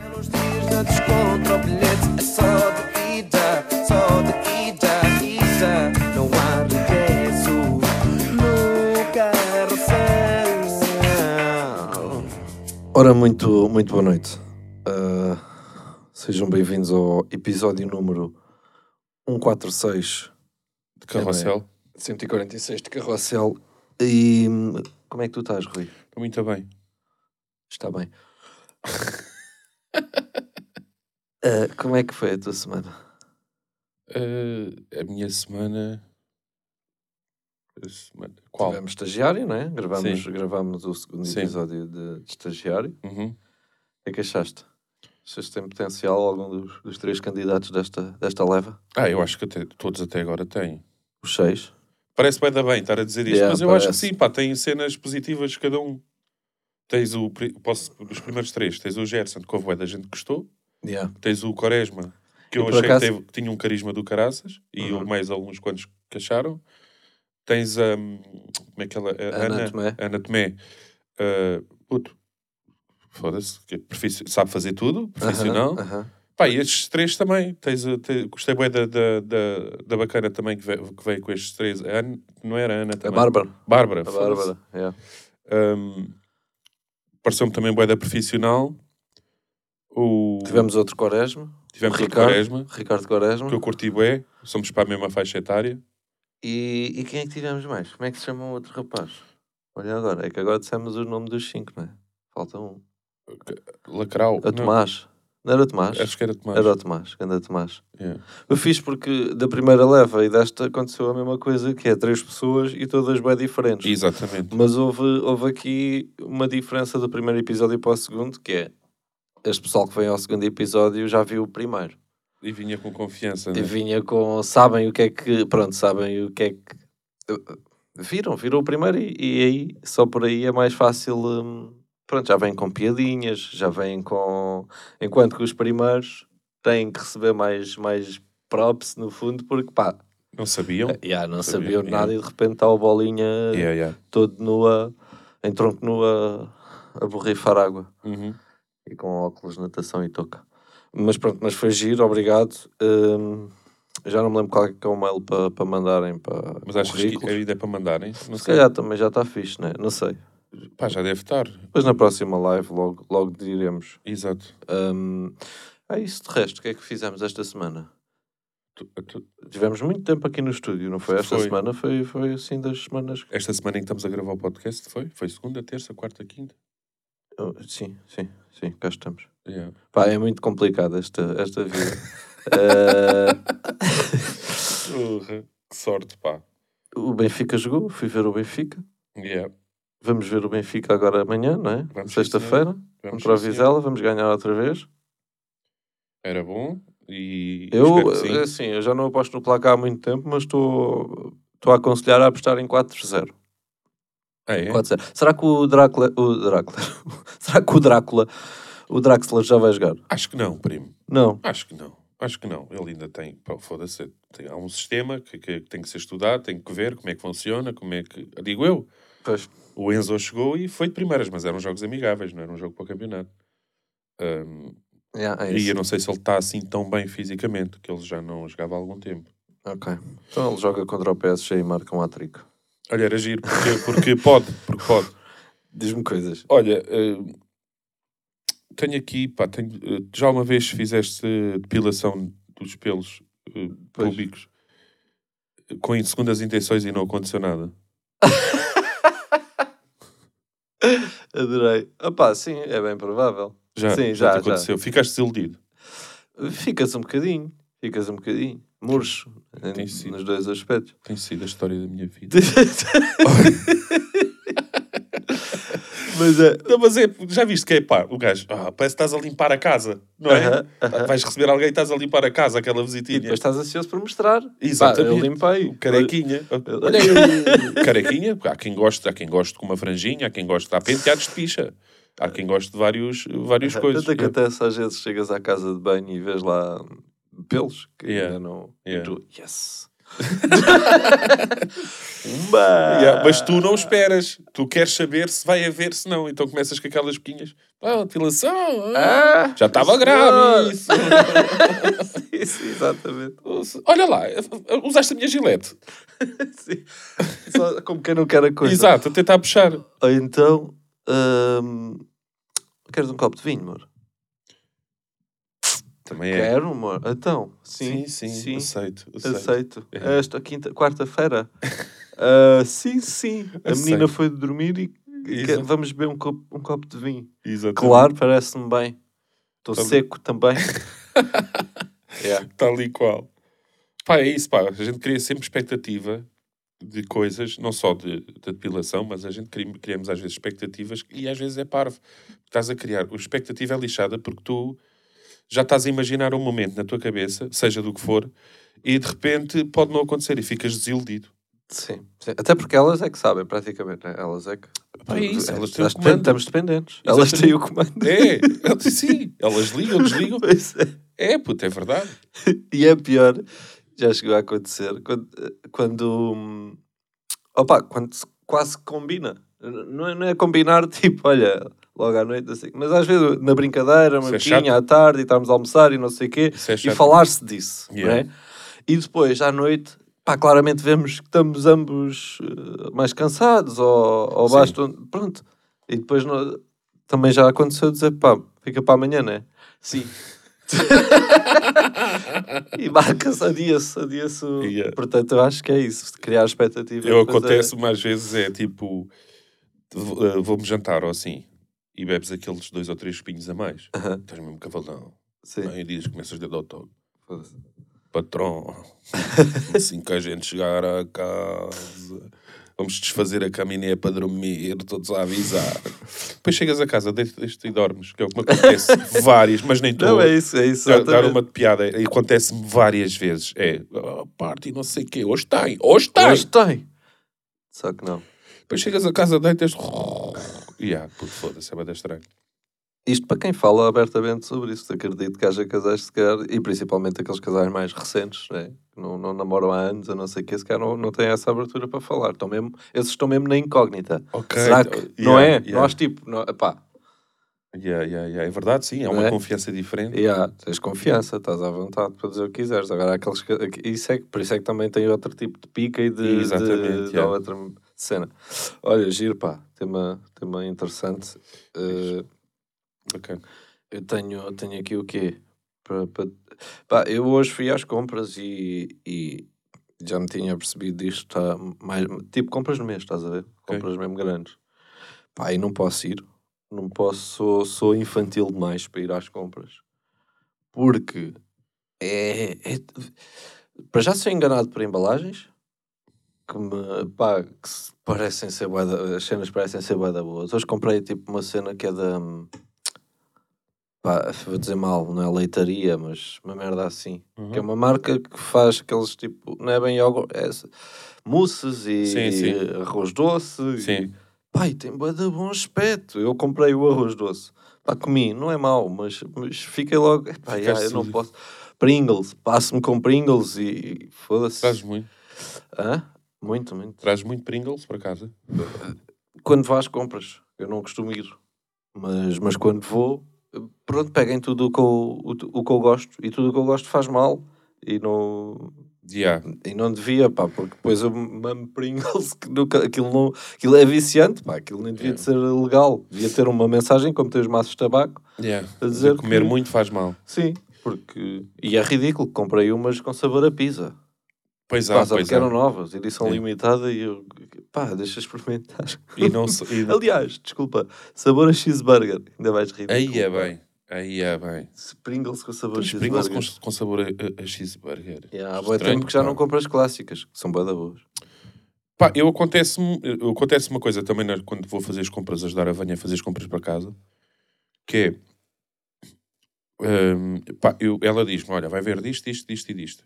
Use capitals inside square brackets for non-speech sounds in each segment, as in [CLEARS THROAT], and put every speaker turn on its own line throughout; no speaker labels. nos dias da descontra, o bilhete é só de ida, só de ida, ida. Não há regresso, nunca carrossel.
Ora, muito, muito boa noite. Ah, sejam bem-vindos ao episódio número 146
De carrossel.
146 de Carrossel. E hum, como é que tu estás, Rui?
Estou muito bem.
Está bem. [LAUGHS] Ah, como é que foi a tua semana?
Eh, a minha semana... a semana- Qual?
Tivemos estagiário, não é? Gravamos,
Sim.
gravamos o segundo
Sim.
episódio de, de estagiário.
Uhum.
O que é que achaste? Achaste que tem potencial algum dos, dos três candidatos desta, desta leva?
Ah, eu acho que até- todos até agora têm.
Os seis?
Parece bem da bem estar a dizer isto,
Yeah,
mas eu acho
parece.
que sim, pá, tem cenas positivas cada um. Tens o... pri- Posso... Os primeiros três. Tens o Gerson, que houve bué da gente que gostou.
Yeah.
Tens o Quaresma, que eu
por
achei que
acaso-
teve- que tinha um carisma do caraças, e
Uhum.
eu mais alguns quantos que acharam. Tens a. como é que ela. A
Ana
Ana,
Tomé.
Ana Tomé. ah, puto. Foda-se, que é profici- sabe fazer tudo, profissional.
[LAUGHS] Aham, aham.
Pá, e estes três também. Tens, a- te- gostei bem da, da, da, da bacana também que ve- que veio, com estes três. A Ana- não era a Ana
A
também.
Bárbara.
Bárbara.
A
foda-se.
Bárbara, yeah.
Ahm, Pareceu-me também boeda profissional. O...
Tivemos outro Quaresma.
tivemos o
Ricardo.
Quaresma.
Ricardo Quaresma.
que eu curti bué, somos para a mesma faixa etária.
E, e quem é que tivemos mais? Como é que se chama o outro rapaz? Olha agora, é que agora dissemos o nome dos cinco, não é? Falta um.
Lacrau.
A Tomás. Não era o Tomás?
é? Acho que era Tomás.
Era o Tomás, grande Tomás.
Yeah.
Eu fiz porque da primeira leva e desta aconteceu a mesma coisa, que é três pessoas e todas bem diferentes.
Exatamente.
Mas houve, houve aqui uma diferença do primeiro episódio para o segundo, que é este pessoal que vem ao segundo episódio já viu o primeiro.
E vinha com confiança, né?
E vinha com. Sabem o que é que. Pronto, sabem o que é que. eh, Viram, viram o primeiro e, e aí só por aí é mais fácil. hum, pronto, já vêm com piadinhas, já vêm com. Enquanto que os primeiros têm que receber mais, mais props no fundo, porque pá,
Não sabiam?
já não
Sabiam,
sabiam nada e de repente está o bolinha
Yeah, yeah.
todo nua, em tronco nua, a borrifar água
Uhum.
e com óculos, natação e touca. Mas pronto, mas foi giro, obrigado. Hum, já não me lembro qual é que é o mail para pa mandarem para
Mas achas que
currículos.
ainda é para mandarem? Não
Se
sei.
calhar também já está fixe, né? não sei.
Pá, já deve estar.
Depois na próxima live logo, logo diremos.
Exato.
Hum, é isso de resto, o que é que fizemos esta semana?
Tu- tu-
Tivemos muito tempo aqui no estúdio, não foi? Esta
Foi.
semana foi, foi assim das semanas. que-
Esta semana em que estamos a gravar o podcast foi? Foi segunda, terça, quarta, quinta?
Oh, Sim, sim, sim, cá estamos.
Yeah.
Pá, é muito complicado esta, esta
[LAUGHS]
vida. Eh, Ah,
Porra, Que sorte, pá.
O Benfica jogou, fui ver o Benfica.
Yeah.
Vamos ver o Benfica agora amanhã, não é?
Vamos, sim,
Sexta-feira,
Vamos
contra a
sim, senhor.
Vizela, vamos ganhar outra vez.
Era bom e
Eu,
espero que sim.
é assim, eu já não aposto no placar há muito tempo, mas estou estou a aconselhar a apostar em 4-0. eh,
Ah, é?
4-0. Será que o Drácula. O Drácula. [LAUGHS] será que o Drácula. O Draxler já vai jogar?
Acho que não, primo.
Não.
Acho que não. Acho que não. Ele ainda tem. pá, Foda-se. Tem, há um sistema que, que tem que ser estudado, tem que ver como é que funciona, como é que. Digo eu.
Pois.
O Enzo chegou e foi de primeiras, mas eram jogos amigáveis, não era um jogo para o campeonato. Ahm,
Yeah, é
e eu
isso.
não sei se ele está assim tão bem fisicamente, que ele já não jogava há algum tempo.
Ok. Então ele joga contra o PSG e marca um atrico.
Olha, era giro, porque, porque pode, porque pode.
Diz-me coisas.
Olha, eh, tenho aqui, pá, tenho, eh, já uma vez fizeste eh, depilação dos pelos eh,
Pois.
públicos eh, com in- segundas intenções e não aconteceu nada.
Adorei. Opá, sim, é bem provável.
Já,
Sim, já,
já, te aconteceu. Ficaste desiludido.
Ficas um bocadinho, ficas um bocadinho. Murcho, eh,
Tem sido.
nos dois aspectos.
Tem sido a história da minha vida.
[LAUGHS] Mas é.
Não, mas é, já viste que é pá, o gajo, ah, parece que estás a limpar a casa, não é?
Aham,
Tá- Vais receber alguém e estás a limpar a casa, aquela
E
visitinha.
depois estás ansioso por mostrar.
Exatamente.
Pá, eu limpei.
O Carequinha. Olha aí, o [LAUGHS] carequinha. Há quem goste, há quem goste com uma franjinha, há quem goste, há penteados de picha. Há quem goste de vários, várias coisas.
Tanto que acontece às vezes chegas à casa de banho e vês lá pelos que
Yeah.
ainda não. E
Yeah.
tu, yes! [LAUGHS]
Yeah, mas tu não esperas. Tu queres saber se vai haver, se não. Então começas com aquelas boquinhas. Ah, depilação. ah,
Ah,
já estava grave. Isso.
[LAUGHS] isso, exatamente.
Olha lá, usaste a minha gilete.
Sim. Só como quem não quer a coisa.
Exato, a tentar puxar.
Ou então, hum, queres um copo de vinho, amor?
Também é.
Quero, amor. Então, É. sim,
sim, sim, aceito. aceito.
aceito.
É.
Esta quinta, quarta-feira. [LAUGHS] Ah, sim, sim. A
Aceito.
menina foi dormir e que-
Exato.
vamos beber um copo, um copo de vinho.
Exatamente.
Claro, parece-me bem. Estou
Também.
seco [LAUGHS] também. É. yeah.
Tal e qual. Pá, é isso, pá. A gente cria sempre expectativa de coisas, não só de, de depilação, mas a gente cri- criamos às vezes expectativas e às vezes é parvo. Estás a criar. A expectativa é lixada porque tu já estás a imaginar um momento na tua cabeça, seja do que for, e de repente pode não acontecer e ficas desiludido.
Sim, sim. Até porque elas é que sabem, praticamente. né? Elas é que.
Pá, é isso, elas têm o
Nós
comando.
estamos dependentes. Elas têm o comando.
É, elas- sim, elas ligam,
[LAUGHS]
desligam.
Pois é.
É, puto, é verdade.
[LAUGHS] E é pior, já chegou a acontecer, quando. quando hum, opa, quando se quase combina. N- Não é, não é combinar, [LAUGHS] tipo, olha, logo à noite, assim. Mas às vezes na brincadeira, uma
Isso é
boquinha
chato.
à tarde, e estarmos a almoçar e não sei o quê,
Isso é
e
chato.
falar-se disso,
Yeah.
não é? E depois, à noite, pá, claramente vemos que estamos ambos eh, mais cansados, ou, ou
Sim.
basta... Pronto. E depois nó- também já aconteceu dizer, pá, fica para amanhã, não é? Sim. [LAUGHS] e marca-se, adia-se, adia-se. o-
Yeah.
Portanto, eu acho que é isso, de criar expectativa.
Eu
depois é-
acontece mais vezes é tipo, v- eh, vou-me jantar ou assim, e bebes aqueles dois ou três espinhos a mais.
Aham.
Estás mesmo cavalão.
Sim.
Aí dizes, começas a dar o toque.
Foda-se.
Patrão,
[LAUGHS]
assim que a gente chegar a casa, vamos desfazer a caminé para dormir, todos a avisar. Depois chegas a casa, deitas-te e dormes, que é o que me
[LAUGHS]
acontece várias, mas nem
Não,
todas.
é isso, é isso.
Dar, dar
exatamente.
uma de piada, e acontece-me várias vezes. É, "Ah, party, não sei o quê, hoje tem, hoje tem.
Mas tem. Só que não.
Depois chegas a casa, deitas. [LAUGHS] E ah, puto, foda-se, é bada estranho.
Isto para quem fala abertamente sobre isso, acredito que haja casais, se calhar, e principalmente aqueles casais mais recentes, né? que não, não namoram há anos, a não sei o que, se calhar não, não têm essa abertura para falar. Estão mesmo, esses estão mesmo na incógnita.
Ok,
Será que?
então,
não é?
yeah, yeah.
Nós, tipo, não, epá,
Yeah, yeah, yeah. É verdade, sim, é uma
Não é?
confiança diferente.
yeah, tens confiança, estás à vontade para dizer o que quiseres. Agora, há aqueles que, isso é, que- por isso é que também tem outro tipo de pica e de,
Exatamente,
de- da
yeah.
outra cena. Olha, giro, pá, tema, tema interessante. Eh,
Bacana.
Eu tenho, tenho aqui o quê? Pra, pra- Pá, eu hoje fui às compras e, e já me tinha percebido disto. Tá mais... Tipo, compras no mês, estás a ver? Compras mesmo grandes. Pá, e não posso ir. Não posso, sou, sou infantil demais para ir às compras. Porque é. é- Para já sou enganado por embalagens que me. pá, que se- parecem ser. bué da- as cenas parecem ser bué da boas. Hoje comprei tipo uma cena que é da. hum, pá, vou dizer mal, não é leitaria, mas uma merda assim. Que é
Uhum.
uma marca que faz aqueles tipo, não é bem iogurte, é s- mousses e,
Sim, sim.
e arroz doce. E,
Sim,
pá, e tem bué de bom aspecto. Eu comprei o arroz doce. Pá, comi, não é mau, mas, mas fiquei logo, pá, já,
Ficaste
eu não
sólido.
posso. Pringles, passo-me com Pringles e, e
traz
foda-se.
muito.
Hã? Muito, muito.
Traz muito Pringles para casa.
Quando vou às compras, eu não costumo ir, mas, mas quando vou, pronto, peguem tudo o que, eu, o, tu- o que eu gosto e tudo o que eu gosto faz mal e não,
Yeah.
e não devia, pá, porque depois eu mamo Pringles, que nunca, aquilo, não, aquilo é viciante, pá, aquilo nem devia
É.
de ser legal, devia ter uma mensagem como tem os maços de tabaco
Yeah.
a dizer.
Comer
que-
muito faz mal.
Sim, porque. E é ridículo, comprei umas com sabor a pizza.
Pois há,
Pá, só
Ah, pois
porque
há.
eram novas, edição
Sim.
limitada e eu. pá, deixa experimentar.
E
[LAUGHS]
não se. E...
Aliás, desculpa, sabor a cheeseburger. Ainda vais rir.
Aí é
desculpa.
bem. Aí é bem.
Pringles com sabor a
Os Pringles
cheeseburger.
com, com sabor a, a, a cheeseburger.
Yeah, há
Estranho,
bom tempo que já
pá.
não compro as clássicas, que são bué da boas.
Pá, eu acontece-me eu- acontece uma coisa também na- quando vou fazer as compras, ajudar a Vânia a fazer as compras para casa, que é. hum, pá, eu- ela diz-me: Olha, vai ver disto, disto, disto e disto.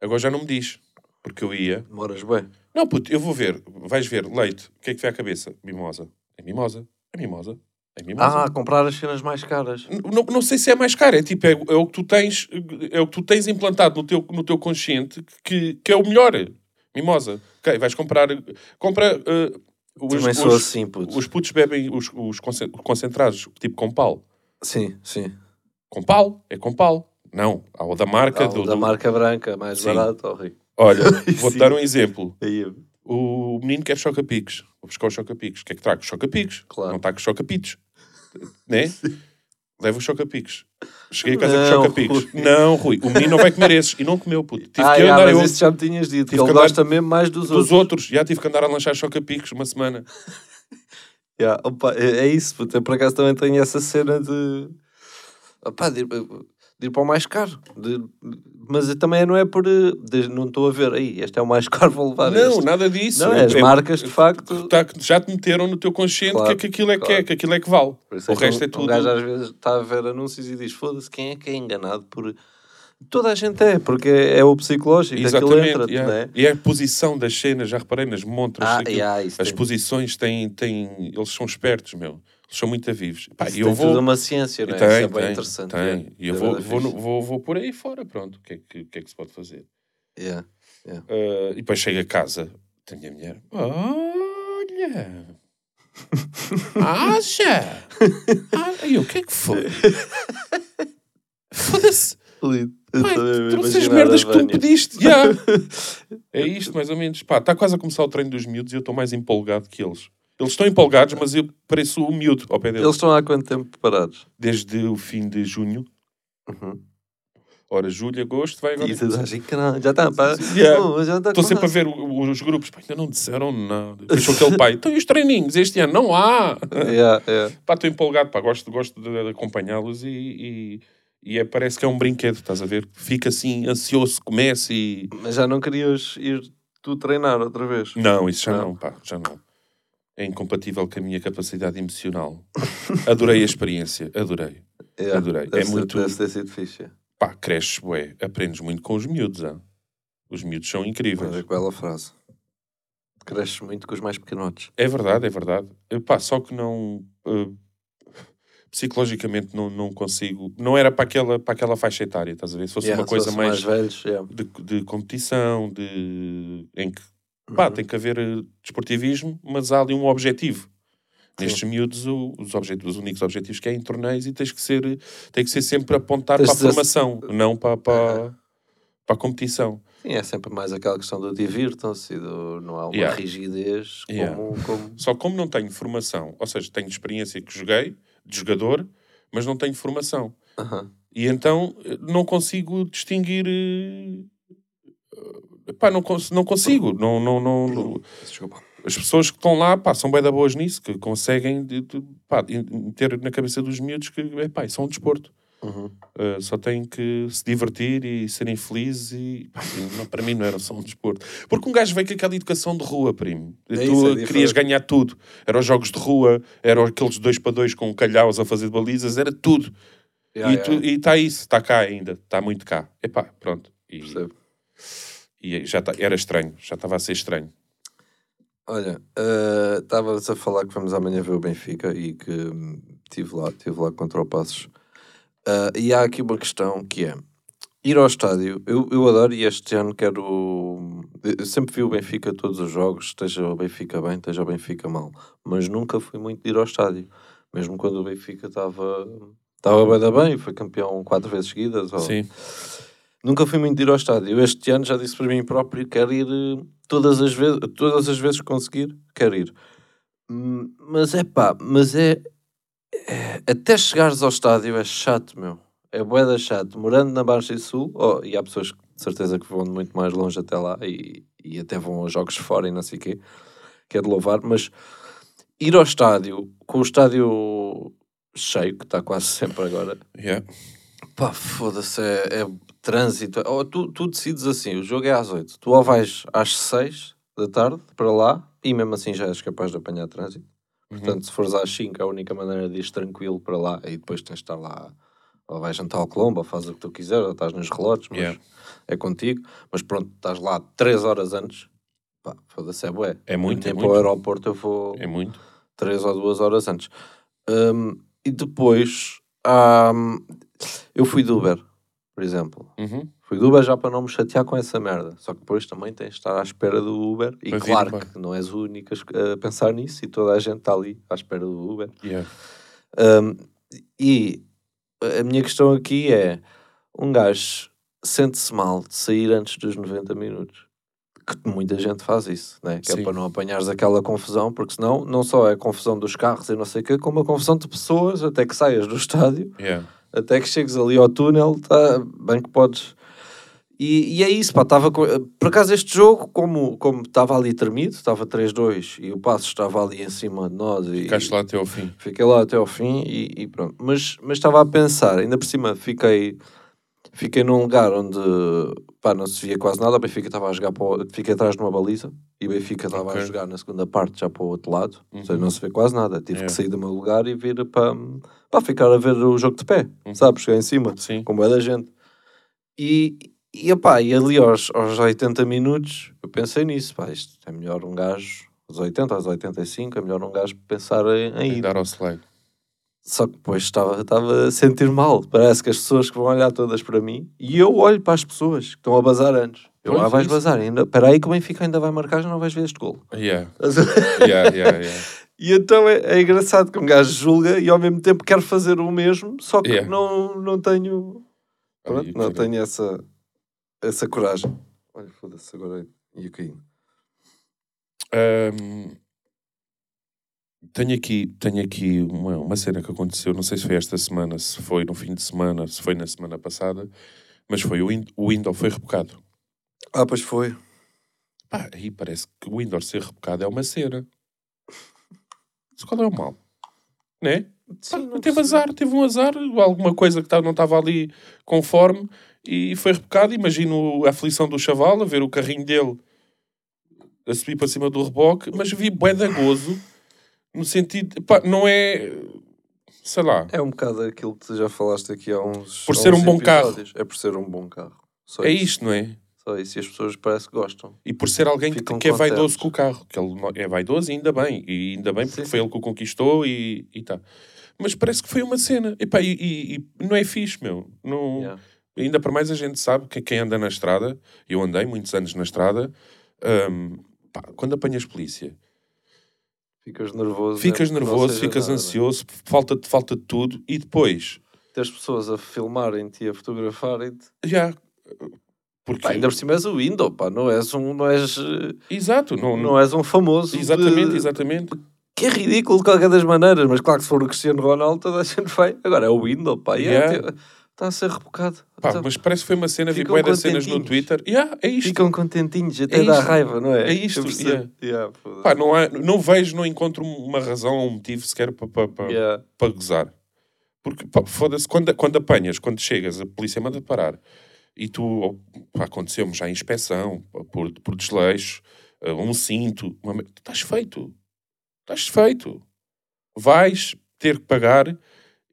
Agora já não me diz, porque eu ia.
Demoras bem.
Não, puto, eu vou ver, vais ver, leite, o que é que vem à cabeça? Mimosa. É mimosa, é mimosa, Em mim, mas
Ah, comprar as cenas mais caras.
N- Não, não sei se é mais caro, é tipo, é, é o que tu tens, é o que tu tens implantado no teu, no teu consciente que, que é o melhor. Mimosa. Ok, vais comprar. Compra. eh, os,
Também sou
os,
assim, puto.
os putos bebem os, os concen- concentrados, tipo com pau.
Sim, sim.
Com pau? É com pau. Não, há o da marca.
Ah,
do,
o da
do-
marca branca, mais
Sim.
barato, ó Rui. [LAUGHS]
Olha, vou-te
Sim.
dar um exemplo.
Aí,
O menino quer choca-picos. Vou buscar os choca-picos. O que é que trago? Choca-picos.
Claro.
Não está com choca-pitos.
[LAUGHS]
Né? Leva os choca-picos. Cheguei a casa
Não,
com choca-picos.
Rui.
Não, Rui. O menino não vai comer esses. E não comeu, puto. Tive
ah,
que
já,
andar
mas
eu
isso já me tinhas dito.
tive
Ele
que andar-
gosta mesmo mais dos, outros.
dos outros. Já tive que andar a lanchar choca-picos uma semana.
Ya, opa, é, é isso, puto. Eu por acaso também tenho essa cena de. Opa, de, ir- de ir para o mais caro. De- mas eu também não é por. eh, de- não estou a ver aí. Este é o mais [LAUGHS] caro, vou levar.
não,
este.
nada disso.
Não, é as marcas, de facto.
tá- já te meteram no teu consciente
Claro,
que, que aquilo é que é,
claro.
que aquilo é que vale.
Por isso
O
que
resto
um-
é
Um
tudo.
gajo às vezes está a ver anúncios e diz: foda-se, quem é que é enganado por. Toda a gente é, porque é o psicológico, aquilo
Exatamente.
entra-te,
yeah.
não é?
E a posição das cenas, já reparei nas montras.
Ah,
aquilo-
yeah, isso
As
tem-
posições têm, têm. Eles são espertos, meu. Eles são muito vivos. Pá,
isso
e eu
tem
vou.
tudo uma ciência, não é? isso é bem interessante.
tem.
é.
E eu
É
vou,
bué
vou,
fixe.
no- vou, vou por aí fora, pronto. O que é que, o que, é que se pode fazer?
Yeah.
Ah, e depois chego a casa, tenho a mulher. Olha!
[LAUGHS]
Acha! Ah, e o que é que foi? Foda-se!
Lindo.
Pai,
Estou mesmo a
trouxe as
imaginar
merdas
a
que tu me
Vânia. [LAUGHS]
pediste! Yeah. É isto, mais ou menos. Pá, está quase a começar o treino dos miúdos e eu estou mais empolgado que eles. Eles estão empolgados, mas eu pareço o miúdo ao pé deles.
Eles estão há quanto tempo parados?
Desde o fim de junho.
Uhum.
Ora, julho, agosto, vai agora. é
E tu achas que não, já está. pá.
Yeah.
Não, mas já tá está
Estou sempre a
quase.
ver o- o- os grupos. Pá, ainda não disseram nada. Depois sou aquele pai. Então, e os treininhos? Este ano não há.
Yeah, yeah.
Pá, estou empolgado. Pá, gosto, gosto de acompanhá-los e, e, e é- parece que é um brinquedo, estás a ver? Fica assim, ansioso, comece e...
Mas já não querias ir tu treinar outra vez?
Não, isso já não.
Não.
pá, já não. É incompatível com a minha capacidade emocional. Adorei a experiência, adorei.
Yeah.
Adorei. É
Deve ser-
muito-
Deve ter sido fixe. é.
Pá, cresces, bué, aprendes muito com os miúdos, ah. Os miúdos são
Olha
incríveis.
que bela frase. Cresces muito com os mais pequenotes.
É verdade, é verdade. Eh, Pá, só que não... eh, psicologicamente não, não consigo... Não era para aquela, para aquela faixa etária, estás a ver? Se fosse
Yeah,
uma
se
coisa
fossem
mais...
velhos, yeah.
de, de competição, de, em que pá,
Uhum.
tem que haver eh, desportivismo, mas há ali um objetivo. Nestes miúdos, o- os, objetivos, os únicos objetivos que é em torneios e tens que ser, eh, tem que ser sempre apontar
Tens Ah.
para a
de-
formação, não para, para, para a competição.
Sim, é sempre mais aquela questão do divirtam-se e do não há uma
Yeah.
rigidez como,
Yeah.
como-
Só como não tenho formação, ou seja, tenho experiência que joguei, de jogador, mas não tenho formação.
[LAUGHS] Aham.
E então eh, não consigo distinguir. eh, eh, Pá, não, cons- não consigo. Não, não, não, não-
Desculpa.
as pessoas que estão lá pá, são bem da boas nisso, que conseguem de- de- pá, in- meter na cabeça dos miúdos que é, pá, isso é um desporto.
Uhum.
Uh, só têm que se divertir e serem felizes e pá, e não- para mim não era só um desporto. Porque um gajo veio com aquela educação de rua, primo. E
É
tu
isso, é
querias
diferente.
ganhar tudo. Eram os jogos de rua, eram aqueles dois para dois com calhaus a fazer balizas, era tudo.
Yeah,
e
yeah,
tu-
yeah,
e está isso, está cá ainda, está muito cá. Epá, pronto. E,
percebo.
e já tá- era estranho, já estava a ser estranho.
Olha, eh, estávamos a falar que vamos amanhã ver o Benfica e que hum, estive lá, estive lá contra o Passos. Eh, e há aqui uma questão que é ir ao estádio. Eu, eu adoro e este ano quero. Eu sempre vi o Benfica todos os jogos, esteja o Benfica bem, esteja o Benfica mal. Mas nunca fui muito de ir ao estádio. Mesmo quando o Benfica estava. Estava bem da bem, foi campeão quatro vezes seguidas. ou-
Sim.
Nunca fui muito de ir ao estádio. Eu Este ano já disse para mim próprio, quero ir eh, todas as vezes, todas as vezes que conseguir, quero ir. Hum, Mas é pá, mas é, é- até chegares ao estádio é chato, meu. É boeda chato. Morando na Baixa e Sul, oh, e há pessoas que, de certeza que vão de muito mais longe até lá e, e até vão aos jogos fora e não sei o quê, que é de louvar, mas ir ao estádio, com o estádio cheio, que está quase [LAUGHS] sempre agora,
Yeah.
Pá, foda-se, é, é trânsito. Ou tu, tu decides assim, o jogo é às 8. Tu ou vais às 6 da tarde para lá e mesmo assim já és capaz de apanhar trânsito.
Uhum.
Portanto, se fores às 5, a única maneira de ires tranquilo para lá e depois tens de estar lá. Ou vais jantar ao Colombo, ou fazes o que tu quiseres, ou estás nos relógios, mas
Yeah.
é contigo. Mas pronto, estás lá 3 horas antes. Pá, foda-se, é bué.
É muito, é
Nem
muito.
para o aeroporto eu vou
É muito.
3 ou 2 horas antes. Hum, e depois, hum, eu fui do Uber, por exemplo.
Uhum.
Fui do Uber já para não me chatear com essa merda. Só que depois também tens de estar à espera do Uber. E
Para vir
claro
embora.
que não és o único a esco- a pensar nisso e toda a gente está ali à espera do Uber.
Yeah.
Um, e eh, a minha questão aqui é: um gajo sente-se mal de sair antes dos 90 minutos. Que muita gente faz isso, né? que é
Sim.
para não apanhares aquela confusão, porque senão não só é a confusão dos carros e não sei o quê, como a confusão de pessoas até que saias do estádio
Yeah.
até que chegues ali ao túnel, tá, bem que podes. E, e é isso, pá, tava, co- por acaso este jogo, como como estava ali tremido, estava 3-2 e o passo estava ali em cima de nós e
Ficaste lá até ao fim.
fiquei lá até ao fim e, e pronto. Mas mas estava a pensar, ainda por cima fiquei, fiquei num lugar onde pá, não se via quase nada, o Benfica estava a jogar para o, fiquei atrás de uma baliza e o Benfica estava
Ok.
a jogar na segunda parte já para o outro lado, ou seja,
Uhum. É.
não se vê quase nada, tive
Yeah.
que sair do meu lugar e vir para, para ficar a ver o jogo de pé,
Uhum.
sabes, cheguei em cima
Sim.
com bué da gente. E, e, epá, e ali aos, aos 80 minutos eu pensei nisso, pá, isto é melhor um gajo aos 80, aos 85, é melhor um gajo pensar em, em
E
ir.
dar ao slide.
Só que depois estava, estava a sentir mal. Parece que as pessoas que vão olhar todas para mim e eu olho para as pessoas que estão a bazar antes. Eu,
Pois,
ah,
é
vais
isso.
bazar, ainda, peraí que o Benfica ainda vai marcar, já não vais ver este gol.
Yeah. Yeah, yeah, yeah.
[LAUGHS] E então é, é engraçado que um gajo julga e ao mesmo tempo quer fazer o mesmo, só que
Yeah.
não, não tenho Pronto,
Ali,
não
cara.
tenho essa, essa coragem. Olha, foda-se, agora e o caí.
Ahm, tenho aqui, tenho aqui uma, uma cena que aconteceu, não sei se foi esta semana, se foi no fim de semana, se foi na semana passada, mas foi o, Ind o Indor foi rebocado.
Ah, pois foi.
Pá, aí parece que o Indor ser rebocado é uma cena. Mas qual é o mal? Né? Pá, teve azar, teve um azar, alguma coisa que tá- não estava ali conforme e foi rebocado. Imagino a aflição do chaval a ver o carrinho dele a subir para cima do reboque, mas vi bué da gozo no sentido, pá, não é, sei lá,
É um bocado aquilo que tu já falaste aqui há uns.
Por
há
ser
uns
um bom carro.
episódios. É por ser um bom carro. Só
é
isso.
isto, não é?
Só isso. E as pessoas parece que gostam.
E por ser alguém que,
Ficam
que é
contentes.
vaidoso com o carro, que ele não- é vaidoso, e ainda bem, e ainda bem porque
Sim,
foi ele que o conquistou e, e tá. Mas parece que foi uma cena, e, pá, e, e- e não é fixe, meu, não.
Yeah.
Ainda para mais a gente sabe que quem anda na estrada, eu andei muitos anos na estrada, hum, pá, quando apanhas polícia,
Ficas nervoso.
ficas
né? Não
nervoso,
seja
ficas
nada, né?
ansioso, falta de falta de tudo e depois,
Ter as pessoas a filmarem-te e a fotografarem-te.
já porque
Pá, ainda por cima és o Windows, pá. Não és um, não és, eh,
exato, não, não,
não és um famoso. de-
exatamente, exatamente.
Que é ridículo de qualquer das maneiras, mas claro que se for o Cristiano Ronaldo, toda a gente vai. Agora é o Windows, pá. e é,
Yeah.
te- Está a ser rebocado.
Pá,
Então,
mas parece que foi uma cena, vi
ficam
bué das cenas no
contentinhos.
Twitter. Yeah, é isto.
Ficam contentinhos, até
É
dá
isto.
raiva, não é?
É isto,
Eu percebo.
yeah.
Yeah, foda-se.
Pá, não, há- não vejo, não encontro uma razão ou um motivo sequer para pa, pa-
Yeah.
para gozar. Porque, pá, foda-se, quando, quando apanhas, quando chegas, a polícia manda parar e tu, pá, aconteceu-me já a inspeção, pá, por, por desleixo, eh, um cinto, uma me- estás feito. Estás feito. Vais ter que pagar e,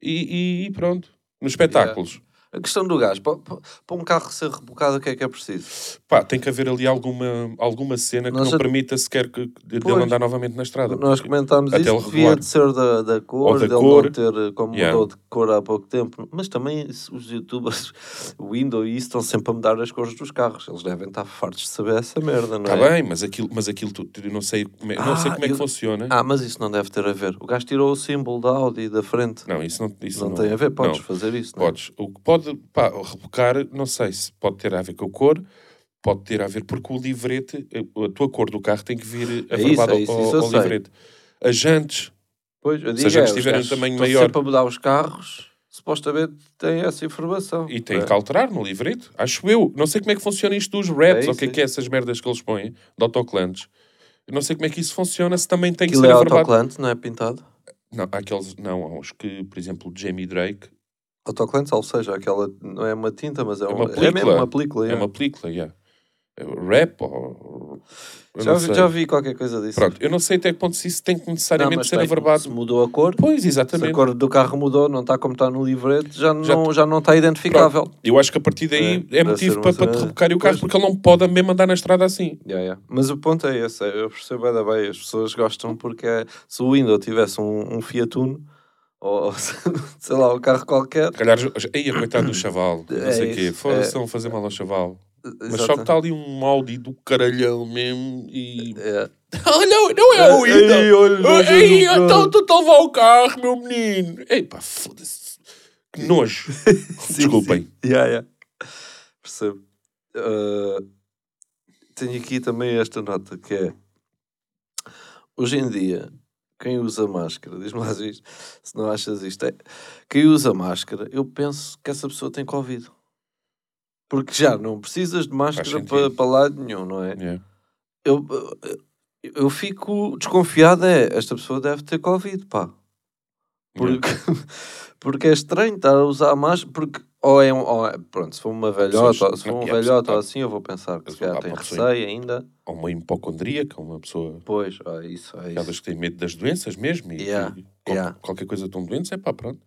e- e pronto. Nos espetáculos.
A questão do gás, para, para um carro ser rebocado, o que é que é preciso?
Pá, tem que haver ali alguma, alguma cena que
Nós
não
a-
permita sequer que, de- dele
Pois.
andar novamente na estrada.
Nós é comentámos
Até ele
isso, devia
regular.
de ser da, da
Ou
cor,
da
dele
cor.
não ter, eh, como
Yeah.
mudou de cor há pouco tempo, mas também se os youtubers, [LAUGHS] o Windows e isso, estão sempre a mudar as cores dos carros, eles devem estar fartos de saber essa merda, não
Está
é?
tá bem, mas aquilo, mas aquilo tu, tu- eu não sei como é, não sei
Ah,
como é que
eu-
funciona.
Ah, mas isso não deve ter a ver. O gajo tirou o símbolo da Audi da frente.
Não, isso não, isso
Isso não, tem a ver, podes
não.
fazer isso. não é?
Podes. O que pode pá, rebocar, não sei se pode ter a ver com a cor, pode ter a ver porque o livrete, eh, a a tua cor do carro tem que vir
É
averbada
isso, é
ao,
isso, isso eu
ao
sei.
livrete. As jantes,
Pois, eu
Se
digo,
já
é, os
estiverem
gajos
um tamanho
estão
maior-
sempre a mudar os carros, supostamente tem essa informação.
e tem
É.
que alterar no livrete, acho eu. Não sei como é que funciona isto dos raps,
É
ou o que é
isso,
que é essas merdas que eles põem, de autoclantes. Eu não sei como é que isso funciona, se também tem que
Aquilo
ser
é
averbado.
autoclante, não é pintado?
Não, há aqueles, não, há uns que, por exemplo, Jamie Drake,
Autoclante, ou seja, aquela não é uma tinta, mas é,
uma
um- é mesmo
película.
uma película.
é
é.
uma película, yeah. É rap ou... eu
Já,
não
vi,
sei.
já vi qualquer coisa disso.
Pronto, eu não sei até que ponto se isso tem que
Não,
necessariamente
mas
ser
tem,
averbado.
se mudou a cor,
Pois,
se a
exatamente.
cor do carro mudou, não está como está no livreto, já,
Já-
não, já não está identificável.
Eu acho que a partir daí
É,
é,
deve ser
motivo
uma
para, para te
cena-
rebocar o carro,
Pois.
porque ele não pode mesmo andar na estrada assim.
Ya, ya. Mas o ponto é esse, eu percebo ainda bem, as pessoas gostam porque é- se o Windows tivesse um, um Fiat Uno, ou, [LAUGHS] ou sei lá, um carro qualquer.
Se calhar, ei, coitado
[CLEARS THROAT]
do chaval, não
É
sei o quê.
isso,
Foda-se,
é.
estão a fazer mal ao chaval. Mas só
Exato.
que está ali um Audi do caralhão mesmo
[LAUGHS]
e.
É.
Ah, não, não é o
Ei,
Ida!
olha, olha,
Ei,
olha,
então tu a levar o carro, meu menino! Ei, pá, foda-se.
[LAUGHS]
Que nojo.
Sim,
Desculpem.
sim. [LAUGHS] Yeah, yeah. Percebo. Ah, tenho aqui também esta nota que é hoje em dia quem usa máscara, [LAUGHS] diz-me lá isto, se não achas isto, é quem usa máscara, eu penso que essa pessoa tem Covid. Porque já não precisas de máscara
sentido.
para, para lado nenhum, não é?
Yeah.
Eu, eu- eu fico desconfiado, é, esta pessoa deve ter Covid, pá.
Yeah.
Porque, [LAUGHS] porque é estranho estar a usar máscara, porque ou é, um, ou é- pronto, se for uma velhota,
Pessoas-
ou- se for
não,
um
yeah,
velhota ou
pessoas-
assim, eu vou pensar que se
Pessoas-
calhar
há
tem
uma pessoa-
receio ainda.
Ou uma hipocondríaca, uma pessoa.
Pois, ó, É isso, ó, isso.
Aquelas que têm medo das doenças mesmo. E
Yeah,
que qual-
yeah.
Qualquer coisa tão doentes, é pá, pronto.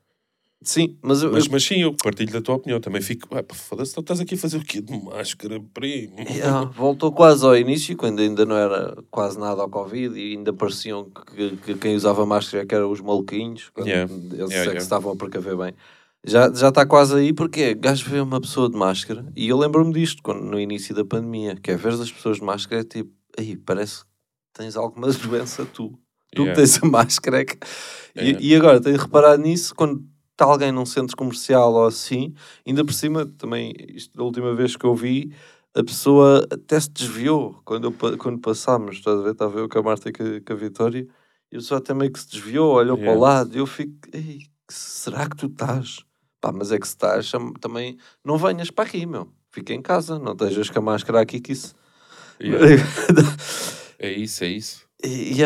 Sim, mas, eu-
Mas, mas sim, eu partilho da tua opinião. Também fico. Ah, pá, foda-se, então estás aqui a fazer o quê de máscara, primo? [LAUGHS]
Yeah, É, voltou quase ao início, quando ainda não era quase nada ao Covid e ainda pareciam que, que quem usava máscara é que eram os maluquinhos, quando
Yeah,
eles
yeah,
é que
yeah.
se estavam a precaver bem. Já, já está quase aí porque o gajo vê uma pessoa de máscara e eu lembro-me disto quando, no início da pandemia, que é ver as pessoas de máscara é tipo, aí parece que tens alguma [LAUGHS] doença tu. Tu
Yeah.
que tens a máscara é que...
Yeah.
E, e agora tenho reparado nisso quando está alguém num centro comercial ou assim, ainda por cima, também, isto da última vez que eu vi, a pessoa até se desviou quando, eu pa- quando passámos, estás a ver? Estava eu com a Marta e com, a- com a Vitória, e a pessoa até meio que se desviou, olhou
Yeah.
para o lado, e eu fico, Ei, será que tu estás? Pá, mas é que se estás, chama- também não venhas para aqui, meu. Fica em casa, não estejas com a máscara aqui que isso.
Yeah.
[LAUGHS] Yeah.
É isso, é isso.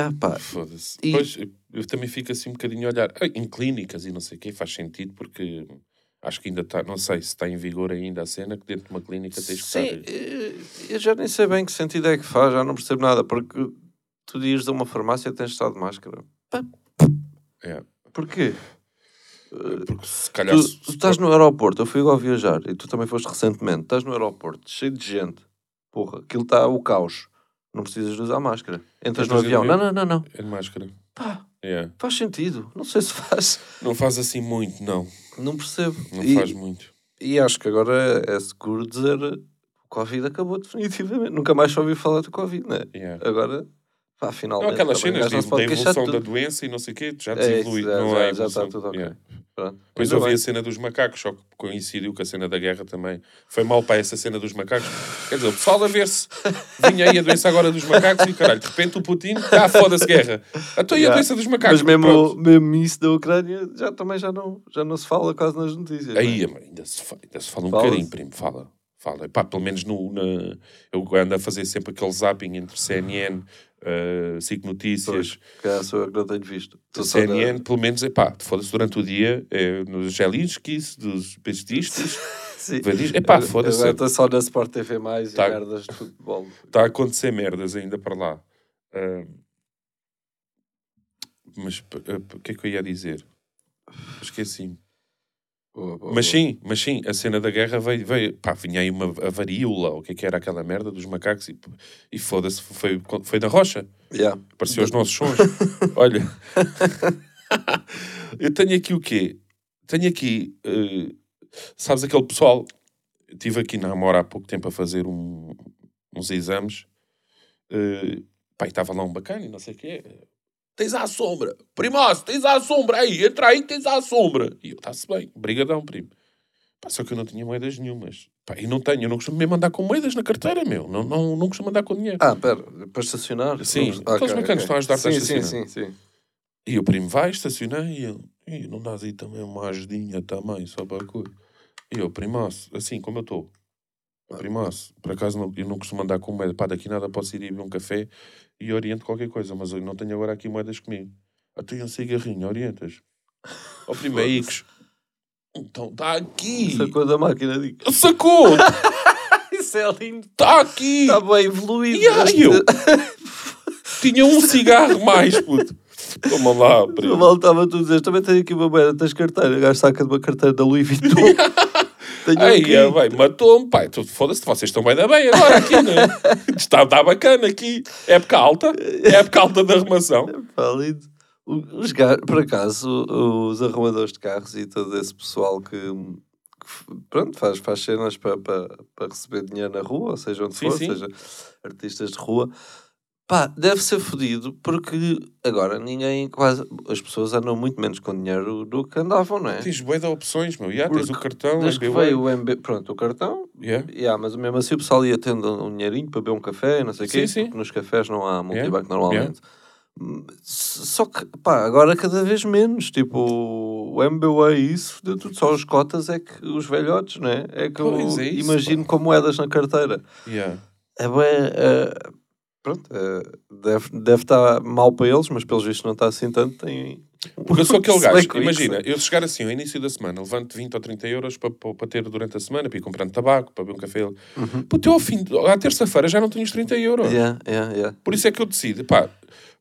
ah, pá.
Foda-se.
E-
Pois, eu- eu também fico assim um bocadinho a olhar. Ah, Em clínicas e não sei o quê, faz sentido, porque acho que ainda está, não sei se está em vigor ainda a cena, que dentro de uma clínica tens que
Sim,
estar.
eh, eu já nem sei bem que sentido é que faz, já não percebo nada, porque tu dizes a uma farmácia tens de estar de máscara. Pá,
Ah. É.
Porquê?
eh, Porque se calhar.
eh, Tu,
se-
tu estás no aeroporto, eu fui igual viajar e tu também foste recentemente, estás no aeroporto cheio de gente, porra, aquilo está o caos, não precisas de usar máscara. Entras no
Entras no
avião, não,
avião.
não, não, não,
É de máscara.
pá,
É.
faz sentido, não sei se faz, [LAUGHS]
Não faz assim muito, não.
não percebo.
Não
e,
faz muito.
e acho que agora é seguro dizer eh, o Covid acabou definitivamente, nunca mais só ouvi falar do Covid, não é?
Yeah.
Agora, pá, finalmente.
Não, aquelas
também, o
cenas
gajo não
de,
se
da
pode queixar de
evolução da
tudo.
doença e não sei o quê, já
É isso,
desenvolvido.
já-
não
já-
há
já
evolução.
está tudo ok.
Yeah.
Pronto,
Depois
ainda
houve a
bem.
cena dos macacos, só que coincidiu com a cena da guerra também. Foi mal para essa cena dos macacos. Quer dizer, o pessoal a ver-se. Vinha aí a doença agora dos macacos e caralho, de repente o Putin, ah, foda-se guerra. Então e a
Yeah.
doença dos macacos?
Mas mesmo,
Pronto.
mesmo isso da Ucrânia já também já não, já não se fala quase nas notícias. não é?
Aí, mãe, ainda se, fa- ainda se fala um
Fala-se.
bocadinho, primo, fala. Fala. Pá, pelo menos no, na- eu ando a fazer sempre aquele zapping entre CNN, eh, SIC Notícias,
Pois, que é a sua que não tenho visto. Estou só na-
CNN, pelo menos, epá, foda-se durante o dia, é, nos gelinskis,
[LAUGHS]
dos pestistas,
[LAUGHS] Sim.
Venis- epá, foda-se.
Agora Estou só na Sport TV mais
Tá.
e merdas de futebol.
está a acontecer merdas ainda para lá. Ah, mas p- ah, p- o que é que eu ia dizer? Esqueci-me.
Boa, boa,
Mas
boa.
sim, mas sim, a cena da guerra veio, veio pá, vinha aí uma a varíola, o que é que era aquela merda dos macacos, e, e foda-se, foi, foi na rocha.
Yeah.
Apareceu os nossos sons. Olha. eu tenho aqui o quê? Tenho aqui. eh, sabes aquele pessoal? Estive aqui na Amora há pouco tempo a fazer um- uns exames. Eh, pá, e estava lá um bacana e não sei o quê. Tens à sombra. Primaço, tens à sombra aí. Entra aí que tens à sombra. E eu, está-se bem. Brigadão, primo. Pá, só que eu não tinha moedas nenhumas. Pá, e não tenho. Eu não costumo mesmo andar com moedas na carteira, meu. Não, não, não costumo andar com dinheiro.
Ah, pera, para estacionar?
Sim,
Vamos-
aqueles
ok, ok.
mecanos estão a ajudar-te a
sim, sim,
estacionar.
sim, sim.
E o primo vai, estacionei e ele, e não dás aí também uma ajudinha também, só para a coisa. E eu, primaço, assim como eu estou, primaço, por acaso não, eu não costumo andar com moeda, pá, daqui nada posso ir e beber um café e oriento qualquer coisa, mas eu não tenho agora aqui moedas comigo. Ah, tem um cigarrinho, orientas. Ó primo, é Icos. Então está aqui.
Sacou da é máquina, digo.
Sacou!
[LAUGHS] Isso é lindo.
Está aqui!
Está bem evoluído.
E aí
este- [LAUGHS]
eu? Tinha um cigarro mais, puto. Toma lá,
Eu
primo.
voltava tudo a dizer, também tenho aqui uma moeda, tens carteira, o gajo saca de uma carteira da Louis
[LAUGHS]
Vuitton. tenho
Aí,
aqui.
ah, bem, matou-me, pai. Tu- Foda-se, vocês estão bem da bem agora aqui,
[LAUGHS]
não é? está, está bacana aqui. Época alta. Época alta da arrumação.
Pá, lindo. Os ga- por acaso, o- os arrumadores de carros e todo esse pessoal que, que f- pronto, faz, faz cenas para, para, para receber dinheiro na rua, ou seja, onde
Sim,
for,
sim.
seja artistas de rua, pá, deve ser fodido porque agora ninguém quase. As pessoas andam muito menos com dinheiro do que andavam, não é?
Tens bué de opções, meu. Yeah, tens o
Porque
cartão,
Desde que
MBWay.
veio o MB, pronto, o cartão,
Yeah.
yeah, mas mesmo assim o pessoal ia tendo um dinheirinho para beber um café e não sei o quê,
Sim, sim.
porque nos cafés não há multibanco
Yeah,
normalmente. Hum, s- Só que, pá, agora cada vez menos, tipo, o MBA e isso, de tudo, só os cotas é que os velhotes, né? É que
Pois
eu
é isso,
imagino
pá.
com moedas na carteira.
Yeah.
É bem, eh, pronto, eh, deve, deve estar mal para eles, mas pelos vistos não está assim tanto, tem... né?
Porque eu sou
[LAUGHS]
aquele
Se bem
gajo,
que-
imagina, eu chegar assim ao início da semana, levanto 20 ou 30 euros para, para, para ter durante a semana, para ir comprando tabaco, para beber um café. Puto, eu ao fim, de- à terça-feira já não tenho os 30 euros.
Uhum. Yeah, yeah, yeah.
Por isso é que eu decido, pá,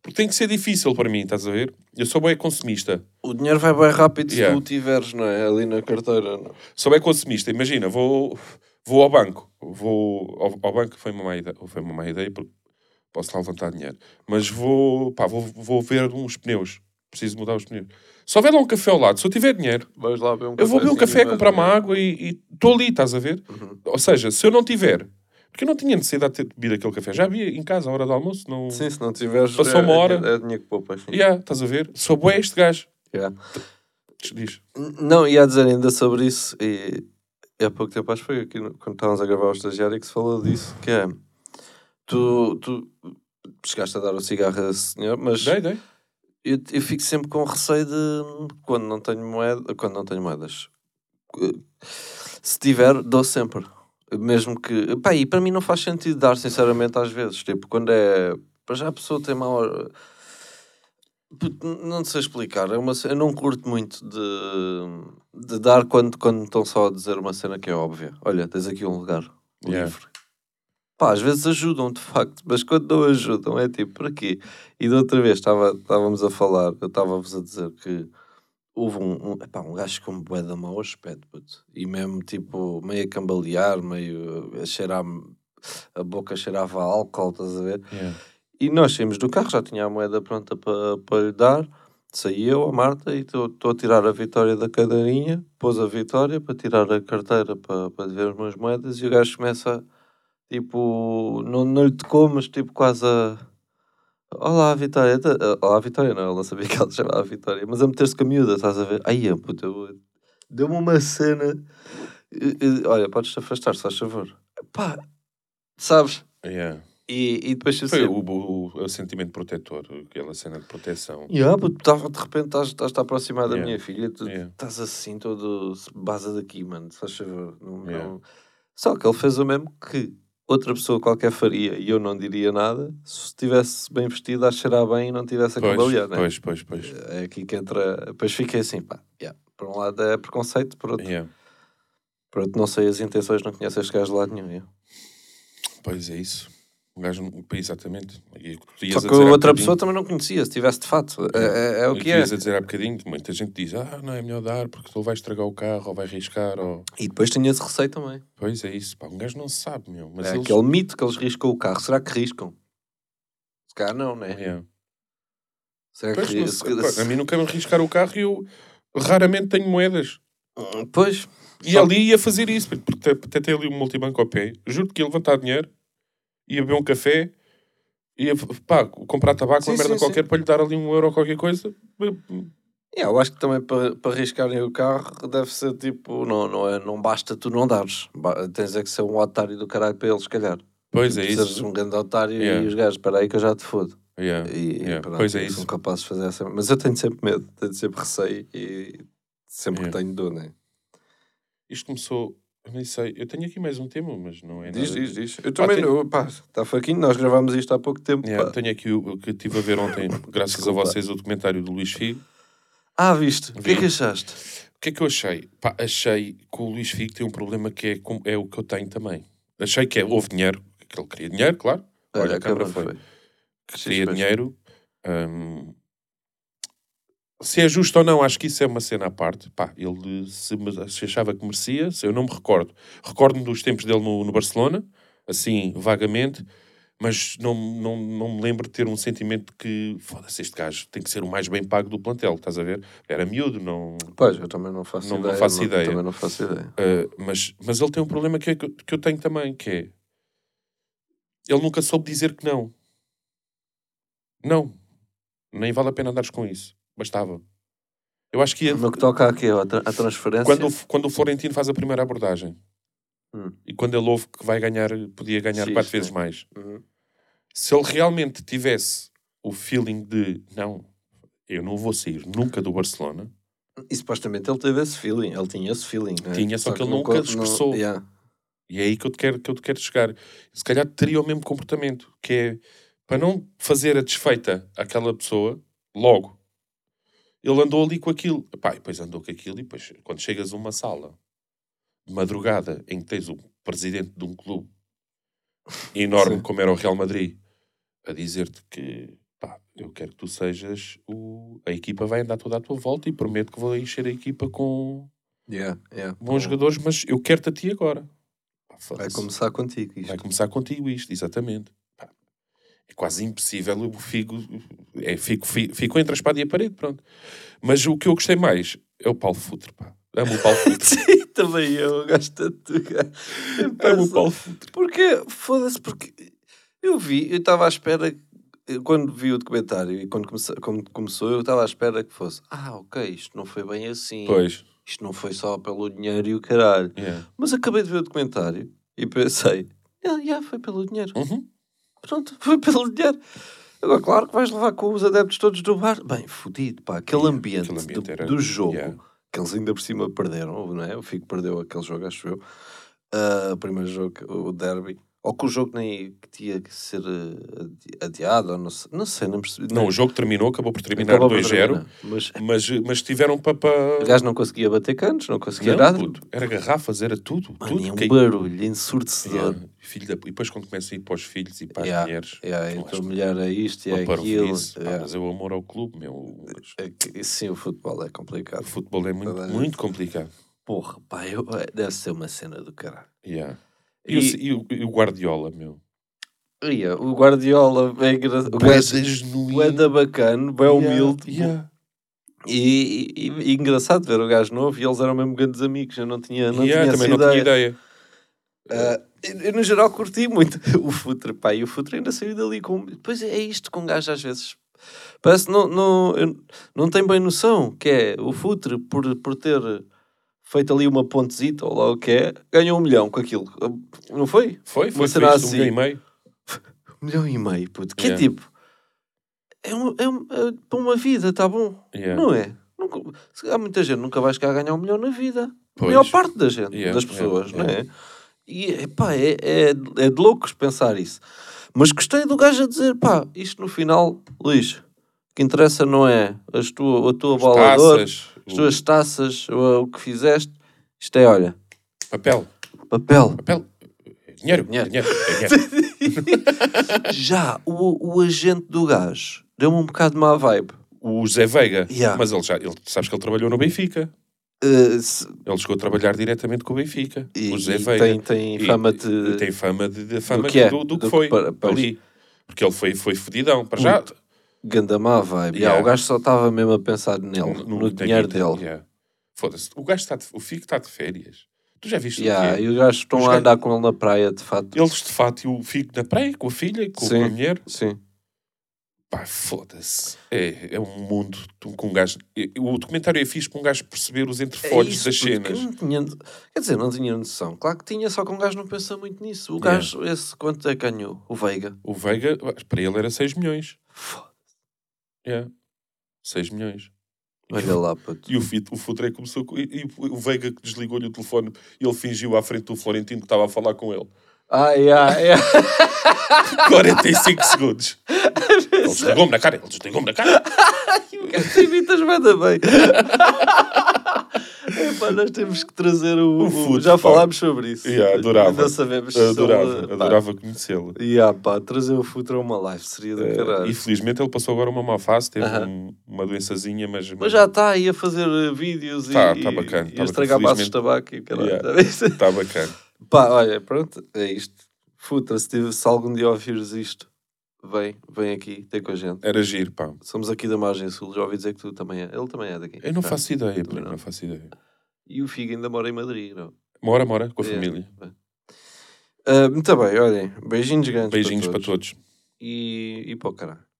porque tem que ser difícil para mim, estás a ver? Eu sou bem consumista.
O dinheiro vai bem rápido
Yeah.
se tu o tiveres, não é? Ali na carteira, não
Sou bem consumista, imagina, vou, vou ao banco, vou ao, ao banco, foi uma má ideia, foi uma má ideia porque posso lá levantar dinheiro, mas vou, pá, vou, vou ver uns pneus, preciso mudar os pneus. Se houver lá um café ao lado, se eu tiver dinheiro,
Vais lá beber um
Eu vou beber um
cafezinho é
café,
e
comprar uma
vais-
água e estou ali, estás a ver?
Uhum.
Ou seja, se eu não tiver, porque eu não tinha necessidade de ter bebido aquele café, já havia em casa à hora do almoço, não.
Sim, se não tiveres.
Passou uma
é-
hora.
É, é dinheiro que poupas. sim.
Yeah, estás a ver? Sou bué este gajo.
Yeah.
Diz.
N- Não, ia dizer ainda sobre isso, e e há pouco tempo, acho que foi aqui no- quando estávamos a gravar o estagiário é que se falou disso, que é. Tu, tu chegaste a dar o cigarro a esse senhor, mas
Dei, dei.
eu, eu fico sempre com receio de quando não tenho moeda, quando não tenho moedas. Eh, Se tiver, dou sempre. Mesmo que. Pá, e para mim não faz sentido dar, sinceramente, às vezes. Tipo, quando é. Para já a pessoa tem mal. Puto, Não sei explicar. É uma, ce- eu não curto muito de, de dar quando, quando estão só a dizer uma cena que é óbvia. Olha, tens aqui um lugar
Yeah.
livre. Pá, às vezes ajudam, de facto, mas quando não ajudam é tipo, para quê? E da outra vez estava- estávamos a falar, eu estava-vos a dizer que houve um, um, epá, um gajo com bué de mau aspecto, puto. e mesmo tipo meio a cambalear, meio a cheirar, a boca cheirava a álcool, estás a ver?
Yeah.
E nós saímos do carro, já tinha a moeda pronta para, para lhe dar. Saí eu, a Marta, e estou estou a tirar a Vitória da cadeirinha. Pôs a Vitória para tirar a carteira para, para ver as minhas moedas. E o gajo começa, tipo, não, não lhe tocou, mas tipo quase a. Olá, Vitória. tá- ah, Olá, Vitória, não, ela não sabia [LAUGHS] que ela se chamava Vitória. Mas a meter-se com a miúda, estás a ver? Ai, eu, puta, eu- deu-me uma cena. Eh, eh, Olha, podes-te afastar, se faz favor. Pá, sabes?
Yeah.
E, e depois assim, eu
Foi
sei-
o, o, o sentimento protetor, aquela cena de proteção.
Yeah, puto, tava- de repente estás- estás-te a aproximar da
Yeah.
minha filha, tu
Yeah.
estás assim todo se- baza daqui, mano, se faz favor. Não,
Yeah.
não- Só que ele fez o mesmo que outra pessoa qualquer faria e eu não diria nada se estivesse bem vestido, a cheirar bem e não tivesse a
Pois,
cambalear, né?
pois, pois, pois.
É aqui que entra. Depois fiquei assim, pá, yeah. por um lado é preconceito, por outro,
Yeah.
por outro não sei as intenções, não conheço este gajo de lado nenhum. yeah.
Pois é isso. Um gajo, não- exatamente. E o que tu ias
Só
a
que
dizer há
outra
bocadinho-
pessoa também não conhecia, se tivesse de fato. É, é- é o que
tu
é.
ias a dizer há bocadinho, que muita gente diz, ah, não é melhor dar, porque tu vai estragar o carro, ou vai arriscar, ou...
E depois tinha esse receio também.
Pois é isso, pá, um gajo não sabe, meu. Mas
é
eles-
aquele mito que eles riscam o carro. Será que riscam? Se calhar não, né?
é. Yeah.
Será que
Pois, não sei,
riscam?
pá, a mim nunca me arriscar o carro e eu raramente tenho moedas.
Pois,
E
Só-
ali ia fazer isso, porque até tem ali um multibanco ao pé. Juro que ia levantar dinheiro, ia beber um café, ia pá, comprar tabaco,
Sim,
uma merda
sim,
qualquer, para lhe dar ali um euro ou qualquer coisa.
yeah, é, eu acho que também para, para riscarem o carro deve ser tipo, não, não, é, não basta tu não dares, Ba- tens é que ser um otário do caralho para eles, se calhar.
Pois é
Tu seres
isso.
um grande otário
Yeah.
e os gajos, espera aí que eu já te fodo.
Yeah,
E,
yeah,
e pronto,
Pois é
são
isso.
capazes de fazer essa. Mas eu tenho sempre medo, tenho sempre receio e sempre
Yeah.
que tenho dor, né?
Isto começou, eu nem sei, eu tenho aqui mais um tema, mas não é nada.
Diz, diz, diz. Eu
também
também, pá, está faquinho, nós gravámos isto há pouco tempo.
Yeah, tenho aqui o o que estive a ver
[COUGHS]
ontem, graças
Desculpa.
a vocês, o documentário do Luís Figo.
Ah, viste? O que é
Vi.
que achaste?
O que é que eu achei? Pá, achei que o Luís Figo tem um problema que é, com- é o que eu tenho também. Achei que é, houve dinheiro, que ele queria dinheiro, claro. Olha, a câmara foi. Que
Sim,
queria
pois.
dinheiro. Hum, se é justo ou não, acho que isso é uma cena à parte. Pá, ele se, me- se achava que merecia, se eu não me recordo. Recordo-me dos tempos dele no, no Barcelona, assim, vagamente. mas não, não, não me lembro de ter um sentimento que, foda-se, este gajo tem que ser o mais bem pago do plantel, estás a ver? Era miúdo, não...
Pois, eu também não faço
Não- não
ideia.
faço ideia.
Também não faço ideia.
Uh, mas, mas ele tem um problema que, é que eu- que eu tenho também, que é... Ele nunca soube dizer que não. Não. Nem vale a pena andares com isso. Bastava. Eu acho que ia,
No que toca aqui ó, a, tra- a transferência.
quando, o, quando o Florentino faz a primeira abordagem
assim. Hum.
e quando ele ouve que vai ganhar, podia ganhar
Sim,
quatro
sim.
vezes mais,
Uhum.
se ele realmente tivesse o feeling de não, eu não vou sair nunca do Barcelona,
E supostamente ele teve esse feeling, ele tinha esse feeling. né?
Tinha, só que ele nunca expressou.
Yeah.
e é aí que eu te quero, que eu te quero chegar, se calhar teria o mesmo comportamento, que é para não fazer a desfeita àquela pessoa logo. Ele andou ali com aquilo, Epá, e depois andou com aquilo, e depois quando chegas a uma sala de madrugada em que tens o presidente de um clube enorme
Sim.
como era o Real Madrid a dizer-te que pá, eu quero que tu sejas o. A equipa vai andar toda à tua volta e prometo que vou encher a equipa com
Yeah, yeah.
bons jogadores, mas eu quero-te a ti agora. Pá,
Vai
foda-se.
começar contigo isto. [LAUGHS]
Vai começar contigo isto, exatamente. Pá, É quase impossível o Figo. É, fico, fico, fico entre a espada e a parede, pronto. Mas o que eu gostei mais é o Paulo Futre, pá. Amo o
[LAUGHS]
Paulo Futre.
Sim, também eu tá gosto de tu. cara. Eu
Amo o
penso,
Paulo Futre.
Porque, foda-se, porque eu vi, eu estava à espera, que- eu quando vi o documentário e quando comece- quando começou, eu estava à espera que fosse, ah, ok, isto não foi bem assim,
Pois. é.
isto não foi só pelo dinheiro e o caralho.
yeah.
Mas acabei de ver o documentário e pensei, ah, já foi pelo dinheiro.
Uhum.
Pronto, [LAUGHS] foi pelo dinheiro. Agora, claro que vais levar com os adeptos todos do bar. Bem, fodido, pá. Aquele
Yeah,
ambiente,
aquele ambiente
do,
era-
do jogo,
yeah.
que eles ainda por cima perderam, não é? O Fico perdeu aquele jogo, acho eu. Ah, o primeiro jogo, o derby. Ou que o jogo nem que tinha que ser eh, adi- adiado, ou não sei, não, sei, não percebi.
Não, o jogo terminou, acabou por terminar
Acabou por
2-0,
terminar, Mas
mas, mas tiveram para.
o
Pa...
gajo não conseguia bater cantos, não conseguia
Não,
nada.
puto. Era garrafas, era tudo.
Mano,
tudo
é um
que-
barulho ensurdecedor.
Yeah. Filho da- E depois quando começam a ir para os filhos e para as
Yeah,
mulheres.
Yeah,
tu
e a tua
achas-
mulher é isto e é
uma
aquilo.
parvoíce. Pá,
yeah.
Mas é o amor ao clube, meu.
É que- Sim, o futebol é complicado.
O futebol é muito,
Toda a gente-
muito complicado.
Porra, pá, eu- deve ser uma cena do caralho.
Yeah.
E,
E, o- e o, e o Guardiola, meu.
ia, o Guardiola é engraçado. O gajo é
genuíno.
da bacana, bem humilde.
Yeah.
E, e- e- e engraçado ver o gajo novo. E eles eram mesmo grandes amigos. Eu não tinha, não
Yeah,
tinha
também
essa
não tinha
ideia.
ideia.
Ah, eu, eu, no geral, curti muito [LAUGHS] o Futre, pá. E o Futre ainda saiu dali com... Pois é, é isto com um gajo às vezes. Parece que não, não, eu- não tem bem noção que é o Futre, por, por ter feito ali uma pontezita, ou lá o que é, ganhou um milhão com aquilo. Ah, Não foi?
Foi, foi,
Mas
foi
será
isso, um
assim?
milhão e meio.
Um milhão e meio, puto. Que é
Yeah.
tipo. É, um, é, um- é para uma vida, tá bom?
Yeah.
Não é? Nunca, se- há muita gente que nunca vai chegar a ganhar um milhão na vida.
Pois.
A maior parte da gente,
Yeah,
das
yeah,
pessoas,
yeah.
não é? E epá, é, é, é de loucos pensar isso. Mas gostei do gajo a dizer, pá, isto no final, Luís, o que interessa não é as tua, a tua
As
bola de ouro,
taças,
as
o
tuas taças, o, o que fizeste. Isto é, olha,
papel, [LAUGHS]
papel.
papel. Dinheiro, dinheiro,
Dinheiro.
dinheiro.
[LAUGHS]
é dinheiro.
Já o, o agente do gajo deu-me um bocado de má vibe.
o Zé Veiga.
Yeah.
Mas ele já, ele, sabes que ele trabalhou no Benfica.
Uh, se-
Ele chegou a trabalhar diretamente com o Benfica.
e,
o Zé
e
Veiga.
tem, tem fama
E-
de.
e tem fama de, de fama do que,
que é,
do, do
do
que
que
foi
para- pois. Um
ali. Porque ele foi, foi fodidão. Para já,
Muito. Ganda má vibe.
Yeah.
Yeah, o gajo só estava mesmo a pensar nele,
no-
no,
no- na
dinheiro
guita,
dele.
yeah. Foda-se. O gajo está de, o Figo está de férias. Tu já viste
Yeah,
o que é?
e os gajos estão
Os
a
gajos-
andar com ele na praia, de fato.
Eles de fato e o Figo na praia, com a filha, com
Sim.
a mulher.
Sim.
Pá, foda-se. É, é um mundo tu- com um gajo. e- O documentário é fixe para um gajo perceber os
É
entrefolhos
isso,
das
puto, que
cenas.
eu não tinha- quer dizer, não tinha noção. Claro que tinha, só que um gajo não pensa muito nisso. O
Yeah.
gajo, esse, quanto é que ganhou? O Veiga.
O Veiga, para ele era 6 milhões.
Foda.
Yeah. 6 milhões.
Olha lá, puto.
E o, fit, o Futre começou com, e, e o Veiga que desligou-lhe o telefone e ele fingiu à frente do Florentino que estava a falar com ele.
Ah, yeah, yeah. [LAUGHS]
45 segundos. Ele desligou-me na cara, ele desligou-me na cara.
O gajo tem imitas banda
[LAUGHS]
bem. Epá, nós temos que trazer o.
O
o-
Futre,
já
pá.
falámos sobre isso.
Yeah, adorava.
Ainda sabemos se ele-
Adorava,
pá,
adorava conhecê-lo.
E ah, pá, trazer o Futre a uma live seria do
Eh,
caralho.
Infelizmente ele passou agora uma má fase, teve
Aham.
um- uma doençazinha, mas,
Mas já está aí a fazer eh, vídeos
Tá,
e,
tá bacana,
e
tá
a estragar
bacana.
maços de tabaco e o caralho.
Yeah.
tá bem? [LAUGHS]
está bacana.
pá, olha, pronto, é isto. Futa, se, tive- se algum dia ouvires isto, vem, vem aqui, tem com a gente.
Era giro, pá.
Somos aqui da Margem Sul, já ouvi dizer que tu também é. Ele também é daqui.
Eu não
Tá.
faço ideia,
Também
Pedro,
não.
não faço ideia.
E o Figo ainda mora em Madrid, não?
Mora, mora, com a
É.
família.
Ah, muito bem, olhem, beijinhos grandes
Beijinhos
para
para
todos.
todos.
E, e para o caralho.